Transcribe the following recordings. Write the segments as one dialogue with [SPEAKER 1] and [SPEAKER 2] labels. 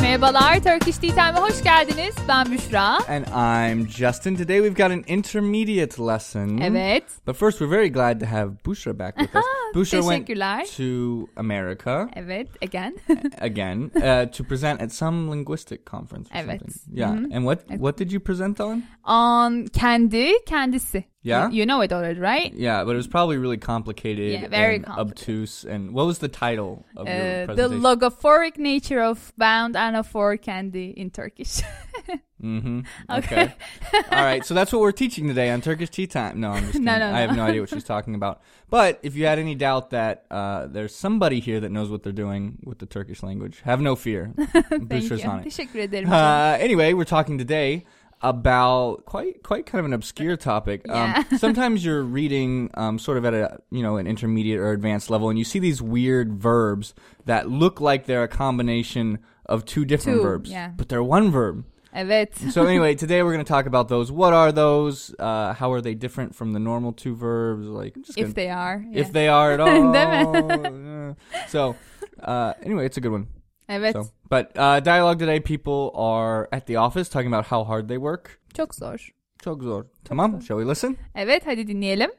[SPEAKER 1] Merhabalar, Turkish Tea Time'e hoş geldiniz. Ben Büşra.
[SPEAKER 2] And I'm Justin. Today we've got an intermediate lesson.
[SPEAKER 1] Evet.
[SPEAKER 2] But first, we're very glad to have Bushra back with us. Bushra
[SPEAKER 1] teşekkürler.
[SPEAKER 2] went to America
[SPEAKER 1] Evet, again.
[SPEAKER 2] again uh, to present at some linguistic conference. Or
[SPEAKER 1] Evet.
[SPEAKER 2] Something. Yeah.
[SPEAKER 1] Mm-hmm.
[SPEAKER 2] And what what did you present on?
[SPEAKER 1] On kendi, kendisi.
[SPEAKER 2] Yeah?
[SPEAKER 1] You, you know it already, right?
[SPEAKER 2] Yeah, but it was probably really complicated.
[SPEAKER 1] Yeah, very
[SPEAKER 2] and
[SPEAKER 1] complicated.
[SPEAKER 2] obtuse. And what was the title of your
[SPEAKER 1] Uh, the
[SPEAKER 2] presentation?
[SPEAKER 1] logophoric nature of bound anaphor candy in Turkish.
[SPEAKER 2] hmm Okay. All right. So that's what we're teaching today on Turkish Tea Time. No, I'm just kidding.
[SPEAKER 1] No, no,
[SPEAKER 2] I have
[SPEAKER 1] no.
[SPEAKER 2] no idea what she's talking about. But if you had any doubt that uh, there's somebody here that knows what they're doing with the Turkish language, have no fear.
[SPEAKER 1] Thank
[SPEAKER 2] Büşra's
[SPEAKER 1] you.
[SPEAKER 2] on it.
[SPEAKER 1] Teşekkür ederim.
[SPEAKER 2] Uh, anyway, we're talking today about quite quite kind of an obscure topic.
[SPEAKER 1] Yeah.
[SPEAKER 2] Um, sometimes you're reading um, sort of at a you know an intermediate or advanced level, and you see these weird verbs that look like they're a combination of two different
[SPEAKER 1] Two,
[SPEAKER 2] verbs,
[SPEAKER 1] yeah.
[SPEAKER 2] but they're one verb.
[SPEAKER 1] evet.
[SPEAKER 2] So anyway, today we're going to talk about those. What are those? Uh, how are they different from the normal two verbs? Like I'm just
[SPEAKER 1] If
[SPEAKER 2] gonna-
[SPEAKER 1] they are. yeah.
[SPEAKER 2] if they are at all.
[SPEAKER 1] Them.
[SPEAKER 2] Yeah. so uh, anyway, it's a good one.
[SPEAKER 1] evet.
[SPEAKER 2] So, but uh, dialogue today, people are at the office talking about how hard they work.
[SPEAKER 1] Çok zor.
[SPEAKER 2] Çok zor. Tamam, shall we listen?
[SPEAKER 1] Evet, hadi dinleyelim.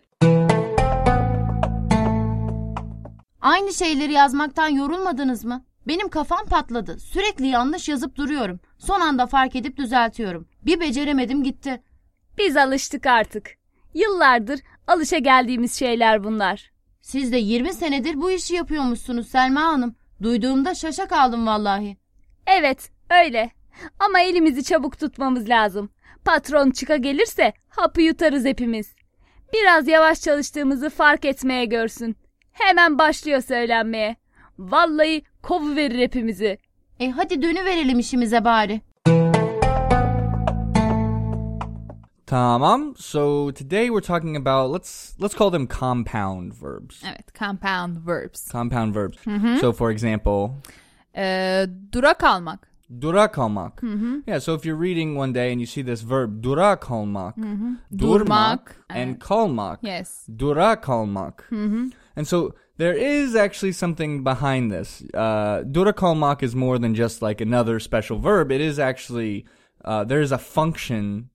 [SPEAKER 3] Aynı şeyleri yazmaktan yorulmadınız mı? Benim kafam patladı. Sürekli yanlış yazıp duruyorum. Son anda fark edip düzeltiyorum. Bir beceremedim gitti.
[SPEAKER 4] Biz alıştık artık. Yıllardır alışa geldiğimiz şeyler bunlar.
[SPEAKER 3] Siz de 20 senedir bu işi yapıyormuşsunuz Selma Hanım. Duyduğumda şaşa kaldım vallahi.
[SPEAKER 4] Evet, öyle. Ama elimizi çabuk tutmamız lazım. Patron çıka gelirse hapı yutarız hepimiz. Biraz yavaş çalıştığımızı fark etmeye görsün. Hemen başlıyor söylenmeye. Vallahi kovu verir hepimizi.
[SPEAKER 3] E hadi dönüverelim işimize bari.
[SPEAKER 2] Tamam. So today we're talking about let's let's call them compound verbs.
[SPEAKER 1] Evet, compound verbs.
[SPEAKER 2] Compound verbs.
[SPEAKER 1] Mm-hmm.
[SPEAKER 2] So for example,
[SPEAKER 1] Ee, durak almak.
[SPEAKER 2] Dura kalmak. Yeah, so if you're reading one day and you see this verb dura kalmak, Mm-hmm. durmak,
[SPEAKER 1] Durmak.
[SPEAKER 2] and Mm-hmm. kalmak,
[SPEAKER 1] Yes.
[SPEAKER 2] dura kalmak. And so there is actually something behind this. Uh, dura kalmak is more than just like another special verb. It is actually uh, there is a function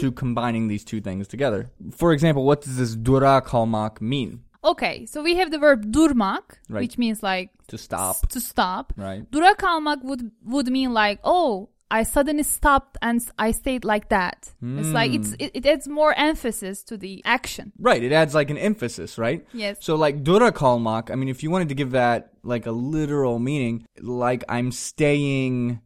[SPEAKER 2] to combining these two things together. For example, what does this dura kalmak mean?
[SPEAKER 1] Okay, so we have the verb durmak,
[SPEAKER 2] Right.
[SPEAKER 1] which means like
[SPEAKER 2] To stop,
[SPEAKER 1] to stop.
[SPEAKER 2] right?
[SPEAKER 1] Dura kalmak would would mean like, oh, I suddenly stopped and s- I stayed like that. It's like
[SPEAKER 2] Hmm.
[SPEAKER 1] it's it, it adds more emphasis to the action.
[SPEAKER 2] Right, it adds like an emphasis, right?
[SPEAKER 1] Yes.
[SPEAKER 2] So like dura kalmak, I mean if you wanted to give that like a literal meaning, like I'm staying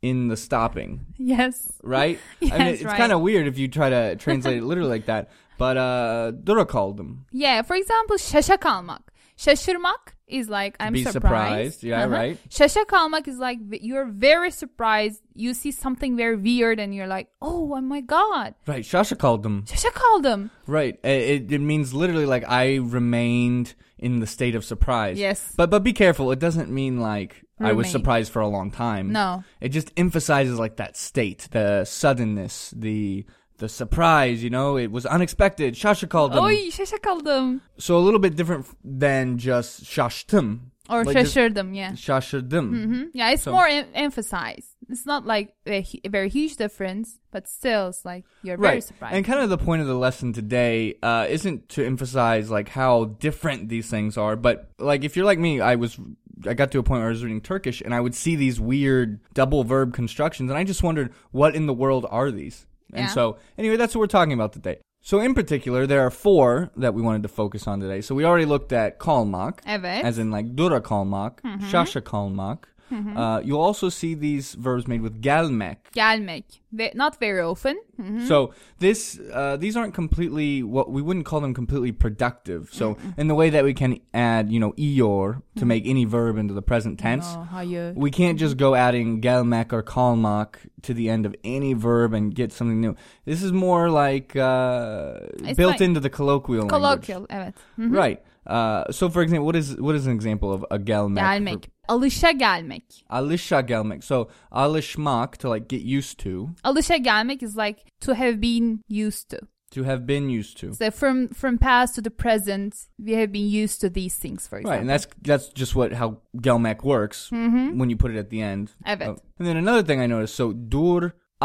[SPEAKER 2] in the stopping,
[SPEAKER 1] Yes.
[SPEAKER 2] right? I mean
[SPEAKER 1] Yes,
[SPEAKER 2] it's
[SPEAKER 1] right.
[SPEAKER 2] kind of weird if you try to translate it literally like that, but uh dura kaldım.
[SPEAKER 1] Yeah. For example, şaşa kalmak. Şaşırmak is like I'm
[SPEAKER 2] Be
[SPEAKER 1] surprised.
[SPEAKER 2] surprised, yeah, right.
[SPEAKER 1] Şaşa kalmak is like v- you're very surprised. You see something very weird and you're like, oh, oh my god,
[SPEAKER 2] Right, şaşa kaldım.
[SPEAKER 1] şaşa kaldım.
[SPEAKER 2] Right. uh, It, it means literally like I remained in the state of surprise.
[SPEAKER 1] Yes.
[SPEAKER 2] But but be careful, it doesn't mean like I was
[SPEAKER 1] Remain.
[SPEAKER 2] surprised for a long time.
[SPEAKER 1] No.
[SPEAKER 2] It just emphasizes like that state, the suddenness, the the surprise, you know, it was unexpected. Shasha called them.
[SPEAKER 1] Oy, şaşa kaldım.
[SPEAKER 2] So a little bit different f- than just shashtim.
[SPEAKER 1] Or
[SPEAKER 2] Like just
[SPEAKER 1] şaşırdım, yeah.
[SPEAKER 2] Shashirdim.
[SPEAKER 1] hmm Yeah, it's
[SPEAKER 2] So-
[SPEAKER 1] more em- emphasized. It's not like a, hu- a very huge difference, but still, it's like you're very
[SPEAKER 2] Right.
[SPEAKER 1] surprised.
[SPEAKER 2] And kind of the point of the lesson today uh, isn't to emphasize like how different these things are, but like if you're like me, I was I got to a point where I was reading Turkish and I would see these weird double verb constructions and I just wondered what in the world are these? And
[SPEAKER 1] Yeah.
[SPEAKER 2] so anyway, that's what we're talking about today. So in particular, there are four that we wanted to focus on today. So we already looked at kalmak,
[SPEAKER 1] Evet. Mm-hmm.
[SPEAKER 2] as in like dura kalmak, şaşa kalmak. Uh, you'll also see these verbs made with gelmek,
[SPEAKER 1] Gelmek. Ve- not very often. Mhm.
[SPEAKER 2] so this, uh, these aren't completely what we wouldn't call them completely productive. So in the way that we can add, you know, ior to make any verb into the present tense,
[SPEAKER 1] Mm-hmm. No, hayır.
[SPEAKER 2] we can't just go adding gelmek or kalmak to the end of any verb and get something new. This is more like uh,
[SPEAKER 1] It's
[SPEAKER 2] built
[SPEAKER 1] like-
[SPEAKER 2] into the colloquial.
[SPEAKER 1] Colloquial, Mm-hmm.
[SPEAKER 2] Language.
[SPEAKER 1] evet.
[SPEAKER 2] Right. Uh, so for example, what is what is an example of a gelmek?
[SPEAKER 1] Gelmek. Alışa gelmek.
[SPEAKER 2] Alisha gelmek. So alishmak to like get used to.
[SPEAKER 1] Alışa gelmek is like to have been used to.
[SPEAKER 2] to have been used to.
[SPEAKER 1] So from from past to the present, we have been used to these things. For example,
[SPEAKER 2] Right, and that's that's just what how gelmek works
[SPEAKER 1] Mm-hmm.
[SPEAKER 2] when you put it at the end.
[SPEAKER 1] Evet.
[SPEAKER 2] Oh. And then another thing I noticed, so dur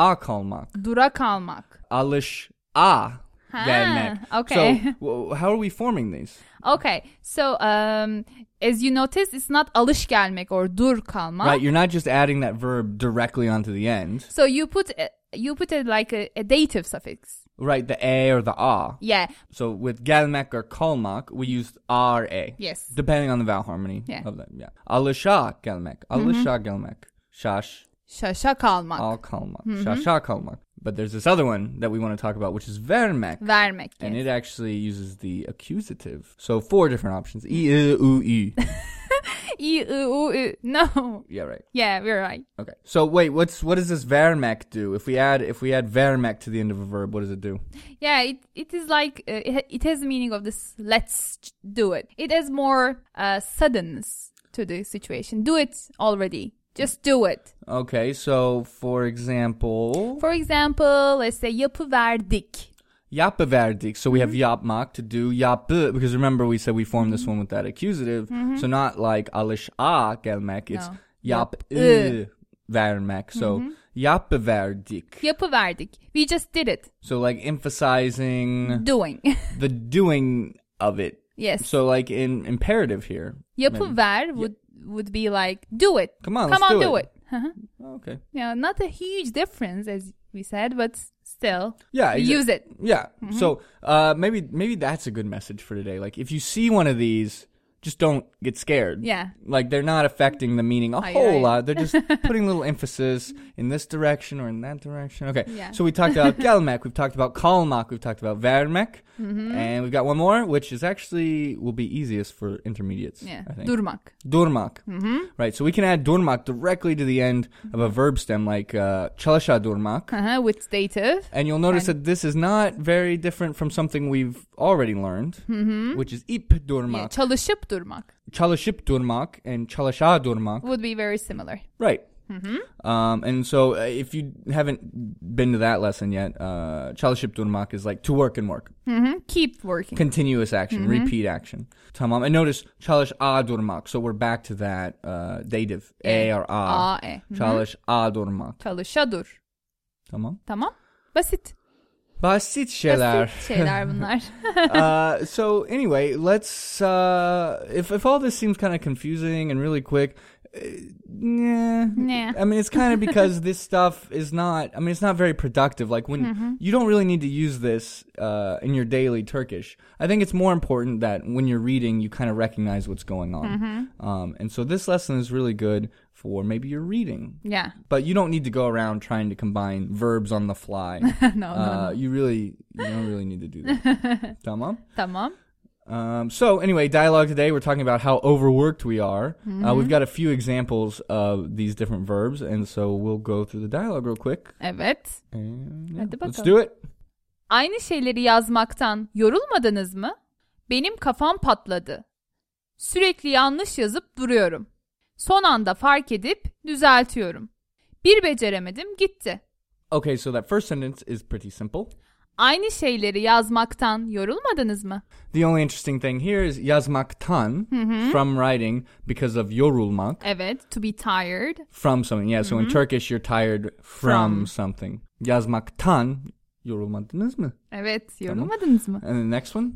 [SPEAKER 2] a kalmak,
[SPEAKER 1] dura kalmak.
[SPEAKER 2] alış a gelmek.
[SPEAKER 1] Ah, okay.
[SPEAKER 2] So w- how are we forming these?
[SPEAKER 1] Okay, so um, as you notice, it's not alış gelmek or dur kalmak.
[SPEAKER 2] Right, you're not just adding that verb directly onto the end.
[SPEAKER 1] So you put a, you put it like a, a dative suffix.
[SPEAKER 2] Right, the a or the a.
[SPEAKER 1] Yeah,
[SPEAKER 2] So with gelmek or kalmak, we used a or a.
[SPEAKER 1] Yes.
[SPEAKER 2] Depending on the vowel harmony
[SPEAKER 1] Yeah. Mm-hmm.
[SPEAKER 2] of that. Yeah. Alışa gelmek, alışa gelmek, şaş
[SPEAKER 1] şaşa kalmak,
[SPEAKER 2] al kalmak, şaşa kalmak. But there's this other one that we want to talk about, which is vermek.
[SPEAKER 1] vermek.
[SPEAKER 2] And
[SPEAKER 1] yes.
[SPEAKER 2] it actually uses the accusative. So four different options. E, I, U, E.
[SPEAKER 1] İ, ı, u, ü. No.
[SPEAKER 2] yeah, right.
[SPEAKER 1] Yeah, we're right.
[SPEAKER 2] Okay. So wait, what's what does this vermek do? If we add if we add vermek to the end of a verb, what does it do?
[SPEAKER 1] Yeah, it, it is like uh, it, ha- it has the meaning of this. Let's ch- do it. It has more uh, suddenness to the situation. Do it already. Just do it.
[SPEAKER 2] Okay, so for example,
[SPEAKER 1] For example, let's say yapıverdik.
[SPEAKER 2] yapıverdik. So we have
[SPEAKER 1] Mm-hmm.
[SPEAKER 2] yapmak to do yapı because remember we said we formed this one with that accusative. So not like alış a gelmek. It's
[SPEAKER 1] Mm-hmm. No. Mm-hmm.
[SPEAKER 2] yap
[SPEAKER 1] Yapı.
[SPEAKER 2] vermek. So yapıverdik.
[SPEAKER 1] Yapıverdik. We just did it.
[SPEAKER 2] So like emphasizing
[SPEAKER 1] Doing.
[SPEAKER 2] the doing of it.
[SPEAKER 1] yes.
[SPEAKER 2] So like in imperative here. maybe.
[SPEAKER 1] Yapıver would would be like do it.
[SPEAKER 2] Come on,
[SPEAKER 1] come
[SPEAKER 2] let's
[SPEAKER 1] on,
[SPEAKER 2] do
[SPEAKER 1] do
[SPEAKER 2] it. Oh,
[SPEAKER 1] it. Hı hı.
[SPEAKER 2] Okay.
[SPEAKER 1] yeah, not a huge difference as we said, but still,
[SPEAKER 2] Yeah.
[SPEAKER 1] we
[SPEAKER 2] exa-
[SPEAKER 1] use it. Mm-hmm.
[SPEAKER 2] Yeah. So uh, maybe maybe that's a good message for today. Like if you see one of these, just don't get scared.
[SPEAKER 1] Yeah.
[SPEAKER 2] Like they're not affecting the meaning a
[SPEAKER 1] Ay,
[SPEAKER 2] whole
[SPEAKER 1] ay.
[SPEAKER 2] lot. They're just putting little emphasis in this direction or in that direction. Okay.
[SPEAKER 1] Yeah.
[SPEAKER 2] So we talked about gelmek, we've talked about kalmak, we've talked about vermek,
[SPEAKER 1] Mm-hmm.
[SPEAKER 2] and we've got one more, which is actually will be easiest for intermediates.
[SPEAKER 1] Yeah, Mm-hmm.
[SPEAKER 2] I think.
[SPEAKER 1] durmak.
[SPEAKER 2] Durmak. Right. So we can add durmak directly to the end of
[SPEAKER 1] Mm-hmm.
[SPEAKER 2] a verb stem like uh, çalışa durmak.
[SPEAKER 1] Hı hı, with dative.
[SPEAKER 2] And you'll notice that this is not very different from something we've already learned, which is ip
[SPEAKER 1] Mm-hmm. Yeah,
[SPEAKER 2] durmak,
[SPEAKER 1] çalışıp durmak
[SPEAKER 2] çalışıp durmak, and çalışa durmak.
[SPEAKER 1] would be very similar.
[SPEAKER 2] Right. Um, and so uh, if you haven't been to that lesson yet, uh, çalışıp durmak is like to work and work.
[SPEAKER 1] Hı, Keep working.
[SPEAKER 2] Continuous action, repeat action. Tamam. And notice çalışa durmak. So we're back to that uh, dative, a Mm-hmm. or a.
[SPEAKER 1] A, e.
[SPEAKER 2] Çalışa durmak.
[SPEAKER 1] Çalışa dur.
[SPEAKER 2] Tamam.
[SPEAKER 1] Tamam. Basit.
[SPEAKER 2] Basit şeyler.
[SPEAKER 1] Basit şeyler bunlar.
[SPEAKER 2] uh, so anyway, let's. Uh, if if all this seems kind of confusing and really quick, uh, nah.
[SPEAKER 1] Nah.
[SPEAKER 2] I mean, it's kind of because this stuff is not. I mean, it's not very productive. Like when
[SPEAKER 1] Mm-hmm.
[SPEAKER 2] you don't really need to use this uh, in your daily Turkish. I think it's more important that when you're reading, you kind of recognize what's going on.
[SPEAKER 1] Mm-hmm.
[SPEAKER 2] Um, and so this lesson is really good for maybe your reading.
[SPEAKER 1] yeah.
[SPEAKER 2] But you don't need to go around trying to combine verbs on the fly.
[SPEAKER 1] no, Oh, no,
[SPEAKER 2] Uh,
[SPEAKER 1] no.
[SPEAKER 2] you really, you don't really need to do that. tamam.
[SPEAKER 1] Tamam.
[SPEAKER 2] Um, so anyway, dialogue today. We're talking about how overworked we are. Uh, we've got a few examples of these different verbs, and so we'll go through the dialogue real quick.
[SPEAKER 1] Evet.
[SPEAKER 2] And yeah,
[SPEAKER 1] Hadi
[SPEAKER 2] let's
[SPEAKER 1] bakalım.
[SPEAKER 2] do it.
[SPEAKER 1] Aynı şeyleri yazmaktan yorulmadınız mı? Benim kafam patladı. Sürekli yanlış yazıp duruyorum. Son anda fark edip düzeltiyorum. Bir beceremedim gitti.
[SPEAKER 2] Okay, so that first sentence is pretty simple.
[SPEAKER 1] Aynı şeyleri yazmaktan yorulmadınız mı?
[SPEAKER 2] The only interesting thing here is yazmaktan from writing because of yorulmak
[SPEAKER 1] Evet, to be tired.
[SPEAKER 2] from something. Yeah, so in Turkish you're tired from,
[SPEAKER 1] From.
[SPEAKER 2] something. Yazmaktan yorulmadınız mı?
[SPEAKER 1] Evet, yorulmadınız mı?
[SPEAKER 2] And the next one,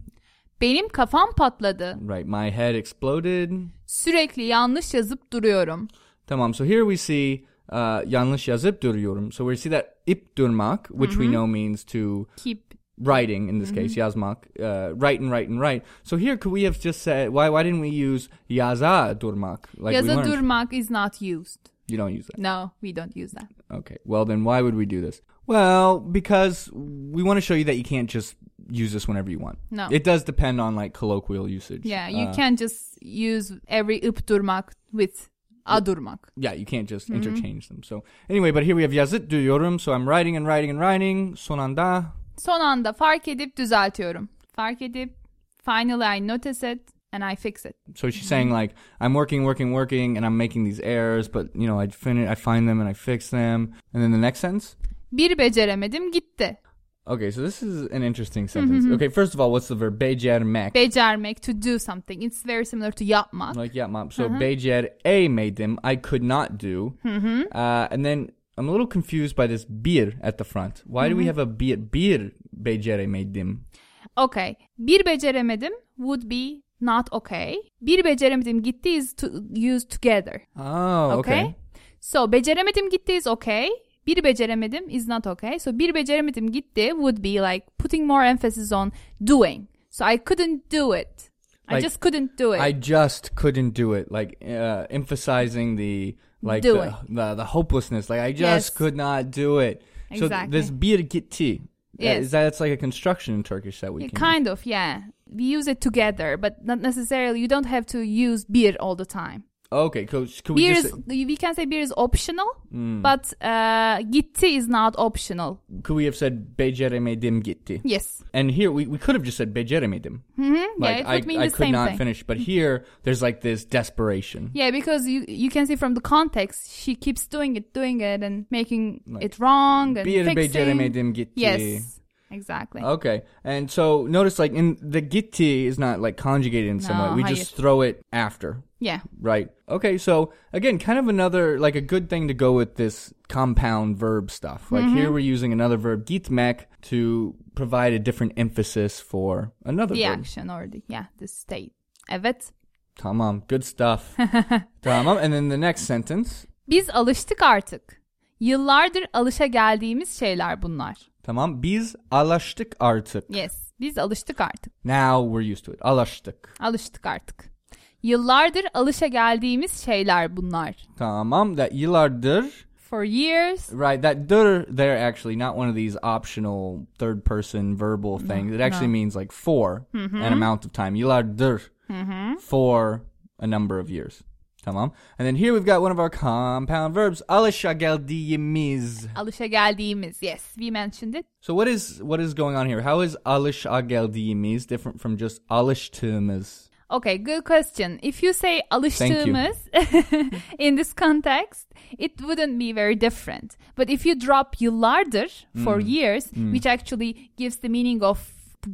[SPEAKER 1] Benim kafam patladı.
[SPEAKER 2] right? My head exploded.
[SPEAKER 1] Sürekli yanlış yazıp duruyorum.
[SPEAKER 2] Tamam. So here we see uh, yanlış yazıp duruyorum. So we see that ip durmak, which
[SPEAKER 1] Mm-hmm.
[SPEAKER 2] we know means to
[SPEAKER 1] Keep.
[SPEAKER 2] writing in this
[SPEAKER 1] Mm-hmm.
[SPEAKER 2] case yazmak, uh, write and write and write. So here could we have just said why why didn't we use yaza durmak like we
[SPEAKER 1] Yaza
[SPEAKER 2] learned?
[SPEAKER 1] durmak is not used.
[SPEAKER 2] you don't use that.
[SPEAKER 1] No, we don't use that.
[SPEAKER 2] Okay. Well then why would we do this? Well, because we want to show you that you can't just use this whenever you want.
[SPEAKER 1] No.
[SPEAKER 2] It does depend on like colloquial usage.
[SPEAKER 1] Yeah, you
[SPEAKER 2] Uh,
[SPEAKER 1] can't just use every ıp durmak with a durmak.
[SPEAKER 2] Yeah, you can't just
[SPEAKER 1] Mm-hmm.
[SPEAKER 2] interchange them. So anyway, but here we have yazıp duruyorum. So I'm writing and writing and writing. Sonanda
[SPEAKER 1] Son anda fark edip düzeltiyorum. Fark edip finally I notice it and I fix it.
[SPEAKER 2] So she's saying like I'm working, working, working, and I'm making these errors, but you know I fin- I find them and I fix them. And then the next sentence,
[SPEAKER 1] Bir beceremedim gitti.
[SPEAKER 2] Okay, so this is an interesting sentence. Okay, first of all, what's the verb? Becermek.
[SPEAKER 1] Becermek, to do something. It's very similar to yapmak.
[SPEAKER 2] like yapmak. So becer e made them. I could not do. Uh, and then I'm a little confused by this bir at the front. Why do we have a bir? Bir becere made them.
[SPEAKER 1] Okay. Bir beceremedim would be not okay. Bir beceremedim gitti is to used together.
[SPEAKER 2] Oh,
[SPEAKER 1] Okay?
[SPEAKER 2] okay.
[SPEAKER 1] So beceremedim gitti is okay. Bir beceremedim is not okay. So bir beceremedim gitti would be like putting more emphasis on doing. So I couldn't do it. I
[SPEAKER 2] Like,
[SPEAKER 1] just couldn't do it.
[SPEAKER 2] I just couldn't do it. Like uh, emphasizing the like
[SPEAKER 1] Do
[SPEAKER 2] the, the the hopelessness. Like I just
[SPEAKER 1] Yes.
[SPEAKER 2] could not do it.
[SPEAKER 1] Exactly.
[SPEAKER 2] So th- this bir gitti.
[SPEAKER 1] Yes.
[SPEAKER 2] Is that it's like a construction in Turkish that we
[SPEAKER 1] Yeah,
[SPEAKER 2] can
[SPEAKER 1] kind of, yeah. We use it together, but not necessarily. You don't have to use beer all the time.
[SPEAKER 2] Okay, cool. Could we
[SPEAKER 1] Beer
[SPEAKER 2] just Hmm.
[SPEAKER 1] is, we can say beer is optional, but uh, gitti is not optional.
[SPEAKER 2] could we have said beceremedim gitti?
[SPEAKER 1] Yes.
[SPEAKER 2] And here we, we could have just said beceremedim. Mm-hmm. Like
[SPEAKER 1] it
[SPEAKER 2] I,
[SPEAKER 1] would mean
[SPEAKER 2] I
[SPEAKER 1] the
[SPEAKER 2] could
[SPEAKER 1] same
[SPEAKER 2] not
[SPEAKER 1] thing.
[SPEAKER 2] finish. But here there's like this desperation.
[SPEAKER 1] Yeah, because you you can see from the context, she keeps doing it, doing it, and making it wrong and
[SPEAKER 2] Bir
[SPEAKER 1] fixing.
[SPEAKER 2] beceremedim gitti.
[SPEAKER 1] Yes, exactly.
[SPEAKER 2] Okay. And so notice like in the gitti is not like conjugated in some
[SPEAKER 1] No,
[SPEAKER 2] way. We
[SPEAKER 1] how you-
[SPEAKER 2] just throw it after.
[SPEAKER 1] Yeah.
[SPEAKER 2] Right. Okay. So again, kind of another like a good thing to go with this compound verb stuff.
[SPEAKER 1] Mm-hmm.
[SPEAKER 2] Like here, we're using another verb gitmek to provide a different emphasis for another
[SPEAKER 1] The
[SPEAKER 2] verb.
[SPEAKER 1] action or the yeah the state. Evet.
[SPEAKER 2] Tamam. Good stuff. tamam. And then the next sentence.
[SPEAKER 1] Biz alıştık artık. Yıllardır alışa geldiğimiz şeyler bunlar.
[SPEAKER 2] Tamam. Biz alıştık artık.
[SPEAKER 1] Yes. Biz alıştık artık.
[SPEAKER 2] Now we're used to it. Alıştık.
[SPEAKER 1] Alıştık artık. Yıllardır alışa geldiğimiz şeyler bunlar.
[SPEAKER 2] Tamam. That yıllardır.
[SPEAKER 1] For years.
[SPEAKER 2] Right. That dır there actually not one of these optional third person verbal
[SPEAKER 1] Mm-hmm.
[SPEAKER 2] things. It actually means like for an amount of time. Yıllardır
[SPEAKER 1] Mm-hmm.
[SPEAKER 2] for a number of years. Tamam. And then here we've got one of our compound verbs, alışa geldiğimiz.
[SPEAKER 1] Alışa geldiğimiz. Yes. We mentioned it.
[SPEAKER 2] So what is what is going on here? How is alışa geldiğimiz different from just alıştığımız?
[SPEAKER 1] Okay, good question. If you say alıştığımız in this context, it wouldn't be very different. But if you drop yıllardır for
[SPEAKER 2] Mm.
[SPEAKER 1] years, which actually gives the meaning of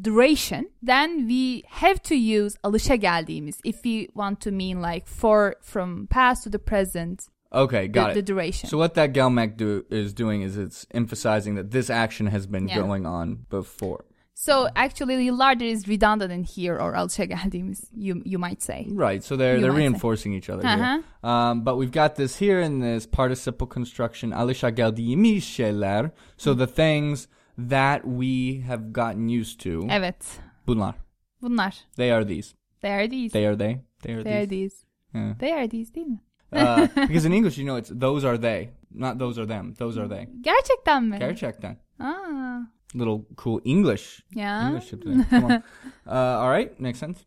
[SPEAKER 1] duration, then we have to use alışa geldiğimiz if we want to mean like for from past to the present,
[SPEAKER 2] Okay, got
[SPEAKER 1] the,
[SPEAKER 2] it.
[SPEAKER 1] the duration.
[SPEAKER 2] So what that gelmek do is doing is it's emphasizing that this action has been
[SPEAKER 1] Yeah.
[SPEAKER 2] going on before.
[SPEAKER 1] So actually yıllardır is redundant in here or alışa geldiğimiz you you might say.
[SPEAKER 2] Right, so they're
[SPEAKER 1] You might
[SPEAKER 2] they're
[SPEAKER 1] say.
[SPEAKER 2] reinforcing each other here.
[SPEAKER 1] Uh-huh.
[SPEAKER 2] Um, but we've got this here in this participle construction alışa geldiğimiz şeyler. So the things that we have gotten used to.
[SPEAKER 1] Evet.
[SPEAKER 2] Bunlar.
[SPEAKER 1] Bunlar.
[SPEAKER 2] They are these.
[SPEAKER 1] They are these.
[SPEAKER 2] They are they. They are
[SPEAKER 1] They are
[SPEAKER 2] these.
[SPEAKER 1] these.
[SPEAKER 2] Yeah.
[SPEAKER 1] They are these değil mi?
[SPEAKER 2] Uh, because in English, you know, it's those are they, not those are them. Those are they.
[SPEAKER 1] Gerçekten mi?
[SPEAKER 2] Gerçekten.
[SPEAKER 1] Aa,
[SPEAKER 2] Little cool English.
[SPEAKER 1] ya.
[SPEAKER 2] English tip there. Come on. Uh, all right, next sentence.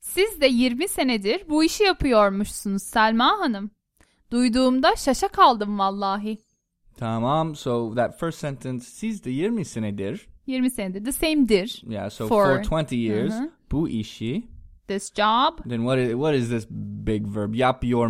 [SPEAKER 1] Siz de 20 senedir bu işi yapıyormuşsunuz Selma Hanım. Duyduğumda şaşa kaldım vallahi.
[SPEAKER 2] Tamam. So that first sentence, siz de 20 senedir.
[SPEAKER 1] 20 senedir. The same'dir.
[SPEAKER 2] Yeah, so
[SPEAKER 1] For-
[SPEAKER 2] for, 20 years, bu işi.
[SPEAKER 1] This job.
[SPEAKER 2] Then what is, what is this big verb?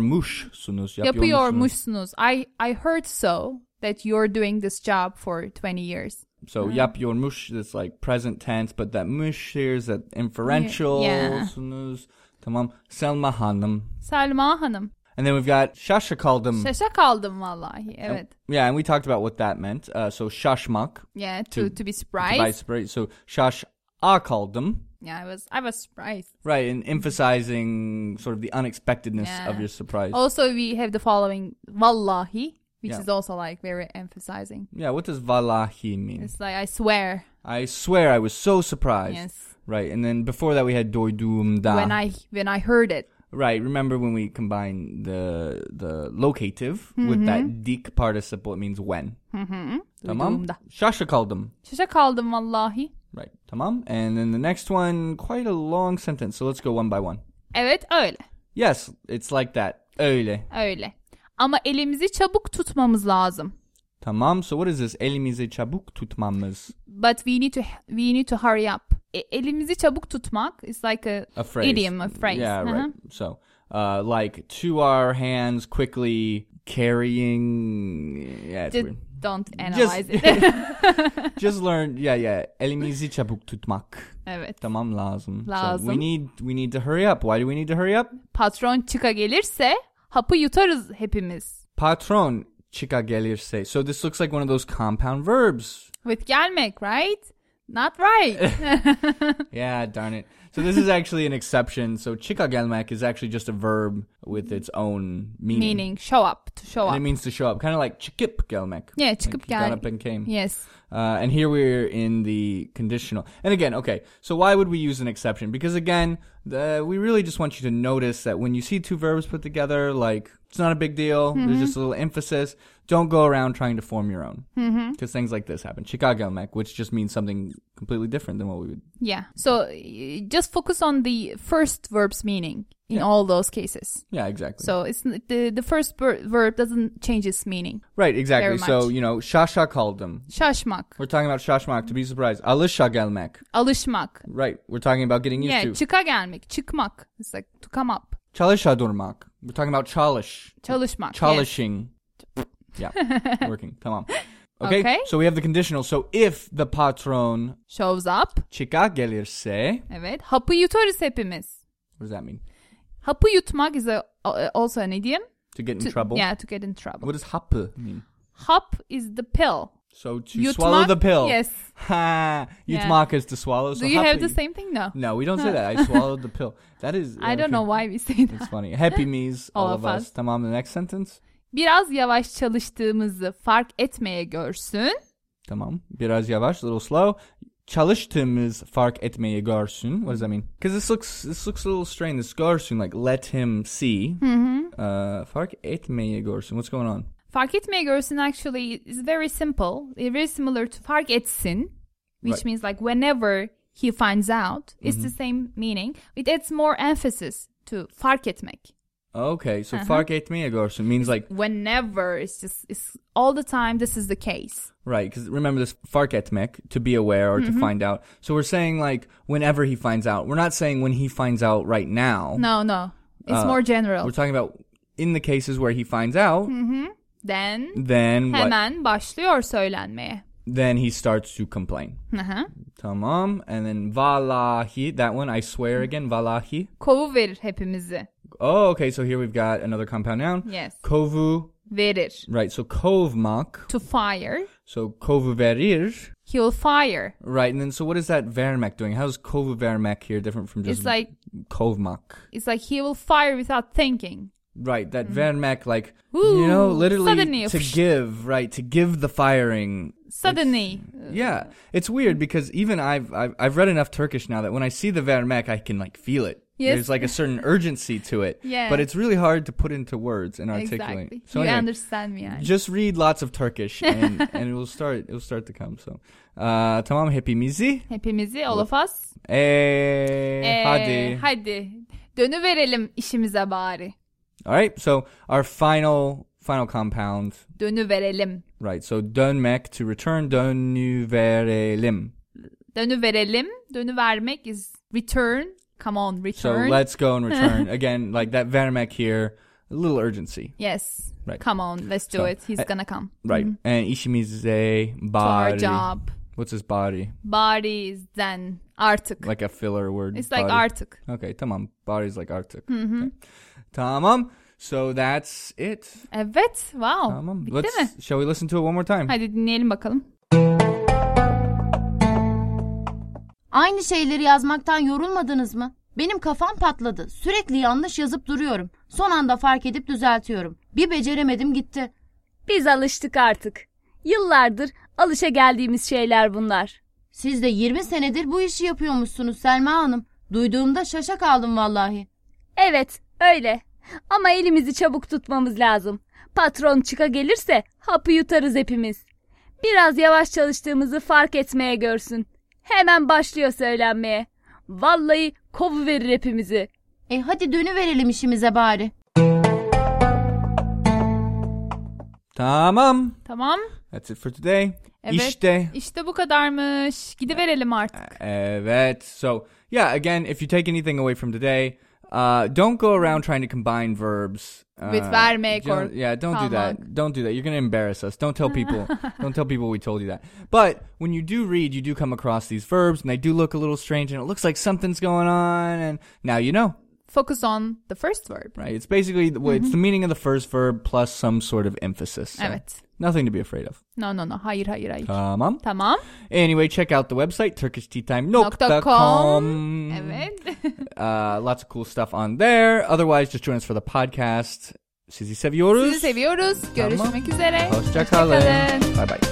[SPEAKER 2] Yapıyormuşsunuz.
[SPEAKER 1] Yapıyormuşsunuz. I, I heard so that you're doing this job for 20 years.
[SPEAKER 2] So yapıyormuş is like present tense, but that mush here is that inferential.
[SPEAKER 1] Yeah.
[SPEAKER 2] sunuz. Tamam. Selma Hanım.
[SPEAKER 1] Selma Hanım.
[SPEAKER 2] And then we've got Shasha Kaldım.
[SPEAKER 1] Şaşa kaldım vallahi. Evet.
[SPEAKER 2] Yeah, and we talked about what that meant. Uh, so Shashmak.
[SPEAKER 1] Yeah, to, to, be surprised.
[SPEAKER 2] By spray. So Shash A Kaldım.
[SPEAKER 1] Yeah, I was I was surprised.
[SPEAKER 2] Right, and emphasizing sort of the unexpectedness of
[SPEAKER 1] Yeah. Oh.
[SPEAKER 2] your surprise.
[SPEAKER 1] Also we have the following vallahi, which
[SPEAKER 2] Yeah.
[SPEAKER 1] is also like very emphasizing.
[SPEAKER 2] Yeah, what does Valahi mean?
[SPEAKER 1] It's like I swear.
[SPEAKER 2] I swear I was so surprised.
[SPEAKER 1] Yes.
[SPEAKER 2] Right, and then before that we had doydum da.
[SPEAKER 1] when I when I heard it.
[SPEAKER 2] right, remember when we combine the the locative with
[SPEAKER 1] Mm-hmm.
[SPEAKER 2] that dik participle, it means when. Tamam.
[SPEAKER 1] Duyduğumda.
[SPEAKER 2] Shasha kaldım.
[SPEAKER 1] Şaşa kaldım vallahi.
[SPEAKER 2] Right, tamam. And then the next one, quite a long sentence, so let's go one by one.
[SPEAKER 1] Evet öyle.
[SPEAKER 2] Yes, it's like that. Öyle.
[SPEAKER 1] Öyle. Ama elimizi çabuk tutmamız lazım.
[SPEAKER 2] Tamam, so what is this? Elimizi çabuk tutmamız.
[SPEAKER 1] But we need to we need to hurry up. E- elimizi çabuk tutmak is like a,
[SPEAKER 2] a phrase.
[SPEAKER 1] idiom, a phrase.
[SPEAKER 2] Yeah,
[SPEAKER 1] Hı hı.
[SPEAKER 2] right. So, uh, like to our hands quickly carrying. Yeah, it's
[SPEAKER 1] The
[SPEAKER 2] weird.
[SPEAKER 1] Don't analyze
[SPEAKER 2] Just-
[SPEAKER 1] it.
[SPEAKER 2] Just learn. Yeah, yeah. Elimizi çabuk tutmak.
[SPEAKER 1] evet.
[SPEAKER 2] Tamam lazım. So
[SPEAKER 1] Lazım.
[SPEAKER 2] we need we need to hurry up. Why do we need to hurry up?
[SPEAKER 1] Patron çıka gelirse hapı yutarız hepimiz.
[SPEAKER 2] Patron chica gelirse. So this looks like one of those compound verbs.
[SPEAKER 1] With gelmek, right? Not right.
[SPEAKER 2] Yeah, darn it. So this is actually an exception. So chica gelmek is actually just a verb with its own meaning.
[SPEAKER 1] Meaning show up, to show
[SPEAKER 2] And it
[SPEAKER 1] up.
[SPEAKER 2] means to show up, kind of like çıkıp gelmek.
[SPEAKER 1] Yeah, çıkıp
[SPEAKER 2] like you Got
[SPEAKER 1] gel-
[SPEAKER 2] up and came.
[SPEAKER 1] Yes.
[SPEAKER 2] Uh, and here we're in the conditional. And again, okay, so why would we use an exception? Because again, the, we really just want you to notice that when you see two verbs put together, like, it's not a big deal. There's just a little emphasis. Don't go around trying to form your own. Because
[SPEAKER 1] Mm-hmm.
[SPEAKER 2] things like this happen. Chicago Mac, which just means something completely different than what we would.
[SPEAKER 1] Yeah. So y- just focus on the first verb's meaning in all those cases.
[SPEAKER 2] Yeah, exactly.
[SPEAKER 1] So it's n- the the first ver- verb doesn't change its meaning.
[SPEAKER 2] right, exactly.
[SPEAKER 1] very
[SPEAKER 2] So,
[SPEAKER 1] much.
[SPEAKER 2] you know, Shasha called them.
[SPEAKER 1] Şaşmak,
[SPEAKER 2] We're talking about Shashmak, to be surprised. Alisha Gelmek.
[SPEAKER 1] alışmak.
[SPEAKER 2] Right, we're talking about getting used
[SPEAKER 1] Yeah,
[SPEAKER 2] to.
[SPEAKER 1] çıka gelmek, çıkmak. It's like to come up.
[SPEAKER 2] Chalisha Durmak. We're talking about Chalish.
[SPEAKER 1] Çalışmak. Yes.
[SPEAKER 2] Polishing. Yeah, working. Come on. Okay,
[SPEAKER 1] Okay.
[SPEAKER 2] so we have the conditional. So if the patron
[SPEAKER 1] Shows up.
[SPEAKER 2] chica gelirse,
[SPEAKER 1] Evet. Hapı yutarız hepimiz.
[SPEAKER 2] what does that mean?
[SPEAKER 1] Hapı yutmak is a, also an idiom.
[SPEAKER 2] To get in
[SPEAKER 1] To-
[SPEAKER 2] trouble.
[SPEAKER 1] Yeah, to get in trouble.
[SPEAKER 2] What does happe mean?
[SPEAKER 1] Hap is the pill.
[SPEAKER 2] So to
[SPEAKER 1] Yutmak?
[SPEAKER 2] swallow the pill.
[SPEAKER 1] Yes.
[SPEAKER 2] Ha.
[SPEAKER 1] Yeah.
[SPEAKER 2] Yutmak is to swallow. So
[SPEAKER 1] Do you have
[SPEAKER 2] happe-
[SPEAKER 1] the same thing? No.
[SPEAKER 2] No, we don't say that. I swallowed the pill. That is.
[SPEAKER 1] I don't
[SPEAKER 2] okay.
[SPEAKER 1] know why we say that.
[SPEAKER 2] It's funny. Happy me's all, of us. Tamam. The next sentence.
[SPEAKER 1] Biraz yavaş çalıştığımızı fark etmeye görsün.
[SPEAKER 2] Tamam. Biraz yavaş. A little slow. Çalıştığımız fark etmeyi görsün. What does that mean? Because this looks this looks a little strange. This görsün like let him see. Uh, fark etmeyi görsün. What's going on?
[SPEAKER 1] Fark etmeye görsün actually is very simple. It's very similar to fark etsin. Which
[SPEAKER 2] Right.
[SPEAKER 1] means like whenever he finds out. It's the
[SPEAKER 2] Mm-hmm.
[SPEAKER 1] same meaning. It adds more emphasis to fark etmek.
[SPEAKER 2] Okay, so fark etmeyi görsün means like
[SPEAKER 1] Whenever it's just it's all the time this is the case.
[SPEAKER 2] right. Because remember this fark etmek to be aware or to find out. So we're saying like whenever he finds out. We're not saying when he finds out right now.
[SPEAKER 1] No, no. It's
[SPEAKER 2] Uh,
[SPEAKER 1] more general.
[SPEAKER 2] We're talking about in the cases where he finds out,
[SPEAKER 1] Then
[SPEAKER 2] then what?
[SPEAKER 1] hemen başlıyor söylenmeye.
[SPEAKER 2] Then he starts to complain.
[SPEAKER 1] Hı hı.
[SPEAKER 2] Tamam. And then Valahi, that one, I
[SPEAKER 1] Hmm.
[SPEAKER 2] swear again, Valahi.
[SPEAKER 1] Kovu verir hepimizi.
[SPEAKER 2] Oh, okay, so here we've got another compound noun.
[SPEAKER 1] Yes.
[SPEAKER 2] Kovu,
[SPEAKER 1] Verir.
[SPEAKER 2] right, so kovmak,
[SPEAKER 1] To fire.
[SPEAKER 2] so kovu verir,
[SPEAKER 1] He will fire.
[SPEAKER 2] right, and then so what is that vermek doing? How's kovu vermek here different from just
[SPEAKER 1] It's like
[SPEAKER 2] kovmak?
[SPEAKER 1] it's like he will fire without thinking.
[SPEAKER 2] Right, that vermek, like, you
[SPEAKER 1] Hmm. Ooh,
[SPEAKER 2] know, literally
[SPEAKER 1] suddenly,
[SPEAKER 2] to
[SPEAKER 1] psh.
[SPEAKER 2] give, right, to give the firing.
[SPEAKER 1] Suddenly.
[SPEAKER 2] Yeah, it's weird because even I've, I've I've read enough Turkish now that when I see the vermek, I can like feel it.
[SPEAKER 1] Yes.
[SPEAKER 2] There's like a certain urgency to it.
[SPEAKER 1] Yeah.
[SPEAKER 2] But it's really hard to put into words and articulate.
[SPEAKER 1] Exactly.
[SPEAKER 2] So
[SPEAKER 1] you
[SPEAKER 2] anyway,
[SPEAKER 1] understand me. yani.
[SPEAKER 2] just read lots of Turkish and, and it will start it will start to come. So, uh, tamam hepimizi.
[SPEAKER 1] Hepimizi all of us.
[SPEAKER 2] Eh,
[SPEAKER 1] Ee,
[SPEAKER 2] hadi.
[SPEAKER 1] Hadi. Dönüverelim işimize bari.
[SPEAKER 2] All right. So our final final compound.
[SPEAKER 1] Dönüverelim.
[SPEAKER 2] Right. So dönmek to return. Dönüverelim.
[SPEAKER 1] Dönüverelim. Dönüvermek is return. Come on,
[SPEAKER 2] So
[SPEAKER 1] return.
[SPEAKER 2] let's go and return again. Like that vermek here. A little urgency.
[SPEAKER 1] yes.
[SPEAKER 2] Right.
[SPEAKER 1] Come on, let's do
[SPEAKER 2] So,
[SPEAKER 1] it. He's
[SPEAKER 2] uh,
[SPEAKER 1] gonna come.
[SPEAKER 2] Right. And ishimize
[SPEAKER 1] To Mm-hmm. our
[SPEAKER 2] bari.
[SPEAKER 1] job.
[SPEAKER 2] What's his body?
[SPEAKER 1] Bari is then. Artık.
[SPEAKER 2] Like a filler word.
[SPEAKER 1] it's like Mm-hmm.
[SPEAKER 2] body.
[SPEAKER 1] artık.
[SPEAKER 2] Okay, tamam. Body's like artık. Okay. Tamam. So that's it.
[SPEAKER 1] Evet. Wow.
[SPEAKER 2] Tamam.
[SPEAKER 1] Oh, Bitti
[SPEAKER 2] Let's,
[SPEAKER 1] mi?
[SPEAKER 2] Shall we listen to it one more time?
[SPEAKER 1] Hadi dinleyelim bakalım.
[SPEAKER 3] Aynı şeyleri yazmaktan yorulmadınız mı? Benim kafam patladı. Sürekli yanlış yazıp duruyorum. Son anda fark edip düzeltiyorum. Bir beceremedim gitti.
[SPEAKER 4] Biz alıştık artık. Yıllardır alışa geldiğimiz şeyler bunlar.
[SPEAKER 3] Siz de 20 senedir bu işi yapıyormuşsunuz Selma Hanım. Duyduğumda şaşa kaldım vallahi.
[SPEAKER 4] Evet, öyle. Ama elimizi çabuk tutmamız lazım. Patron çıka gelirse hapı yutarız hepimiz. Biraz yavaş çalıştığımızı fark etmeye görsün. Hemen başlıyor söylenmeye. Vallahi kovu verir hepimizi.
[SPEAKER 3] E hadi dönüverelim işimize bari.
[SPEAKER 2] Tamam.
[SPEAKER 1] Tamam.
[SPEAKER 2] That's it for today.
[SPEAKER 1] Evet.
[SPEAKER 2] İşte.
[SPEAKER 1] İşte bu kadarmış. Gidiverelim artık.
[SPEAKER 2] Eh, Evet. So, yeah, again, if you take anything away from today, Uh, don't go around trying to combine verbs uh,
[SPEAKER 1] With vermek or
[SPEAKER 2] don't- Yeah, don't do that.
[SPEAKER 1] kalmak.
[SPEAKER 2] Don't do that. You're gonna embarrass us. Don't tell people. don't tell people we told you that. But when you do read, you do come across these verbs, and they do look a little strange, and it looks like something's going on. And now you know,
[SPEAKER 1] Focus on the first verb.
[SPEAKER 2] right? It's basically the, well,
[SPEAKER 1] Mm-hmm.
[SPEAKER 2] it's the meaning of the first verb plus some sort of emphasis. So
[SPEAKER 1] Evet.
[SPEAKER 2] Nothing to be afraid of.
[SPEAKER 1] No no no. Hayır hayır hayır.
[SPEAKER 2] Tamam.
[SPEAKER 1] Tamam.
[SPEAKER 2] Anyway, check out the website
[SPEAKER 1] Nokta com.
[SPEAKER 2] turkishteatime.com.
[SPEAKER 1] Evet.
[SPEAKER 2] Uh, lots of cool stuff on there. Otherwise, just join us for the podcast. Sizi seviyoruz.
[SPEAKER 1] Sizi seviyoruz. Görüşmek üzere.
[SPEAKER 2] Hoşça kalın.
[SPEAKER 1] Hoşça kalın.
[SPEAKER 2] Bye bye.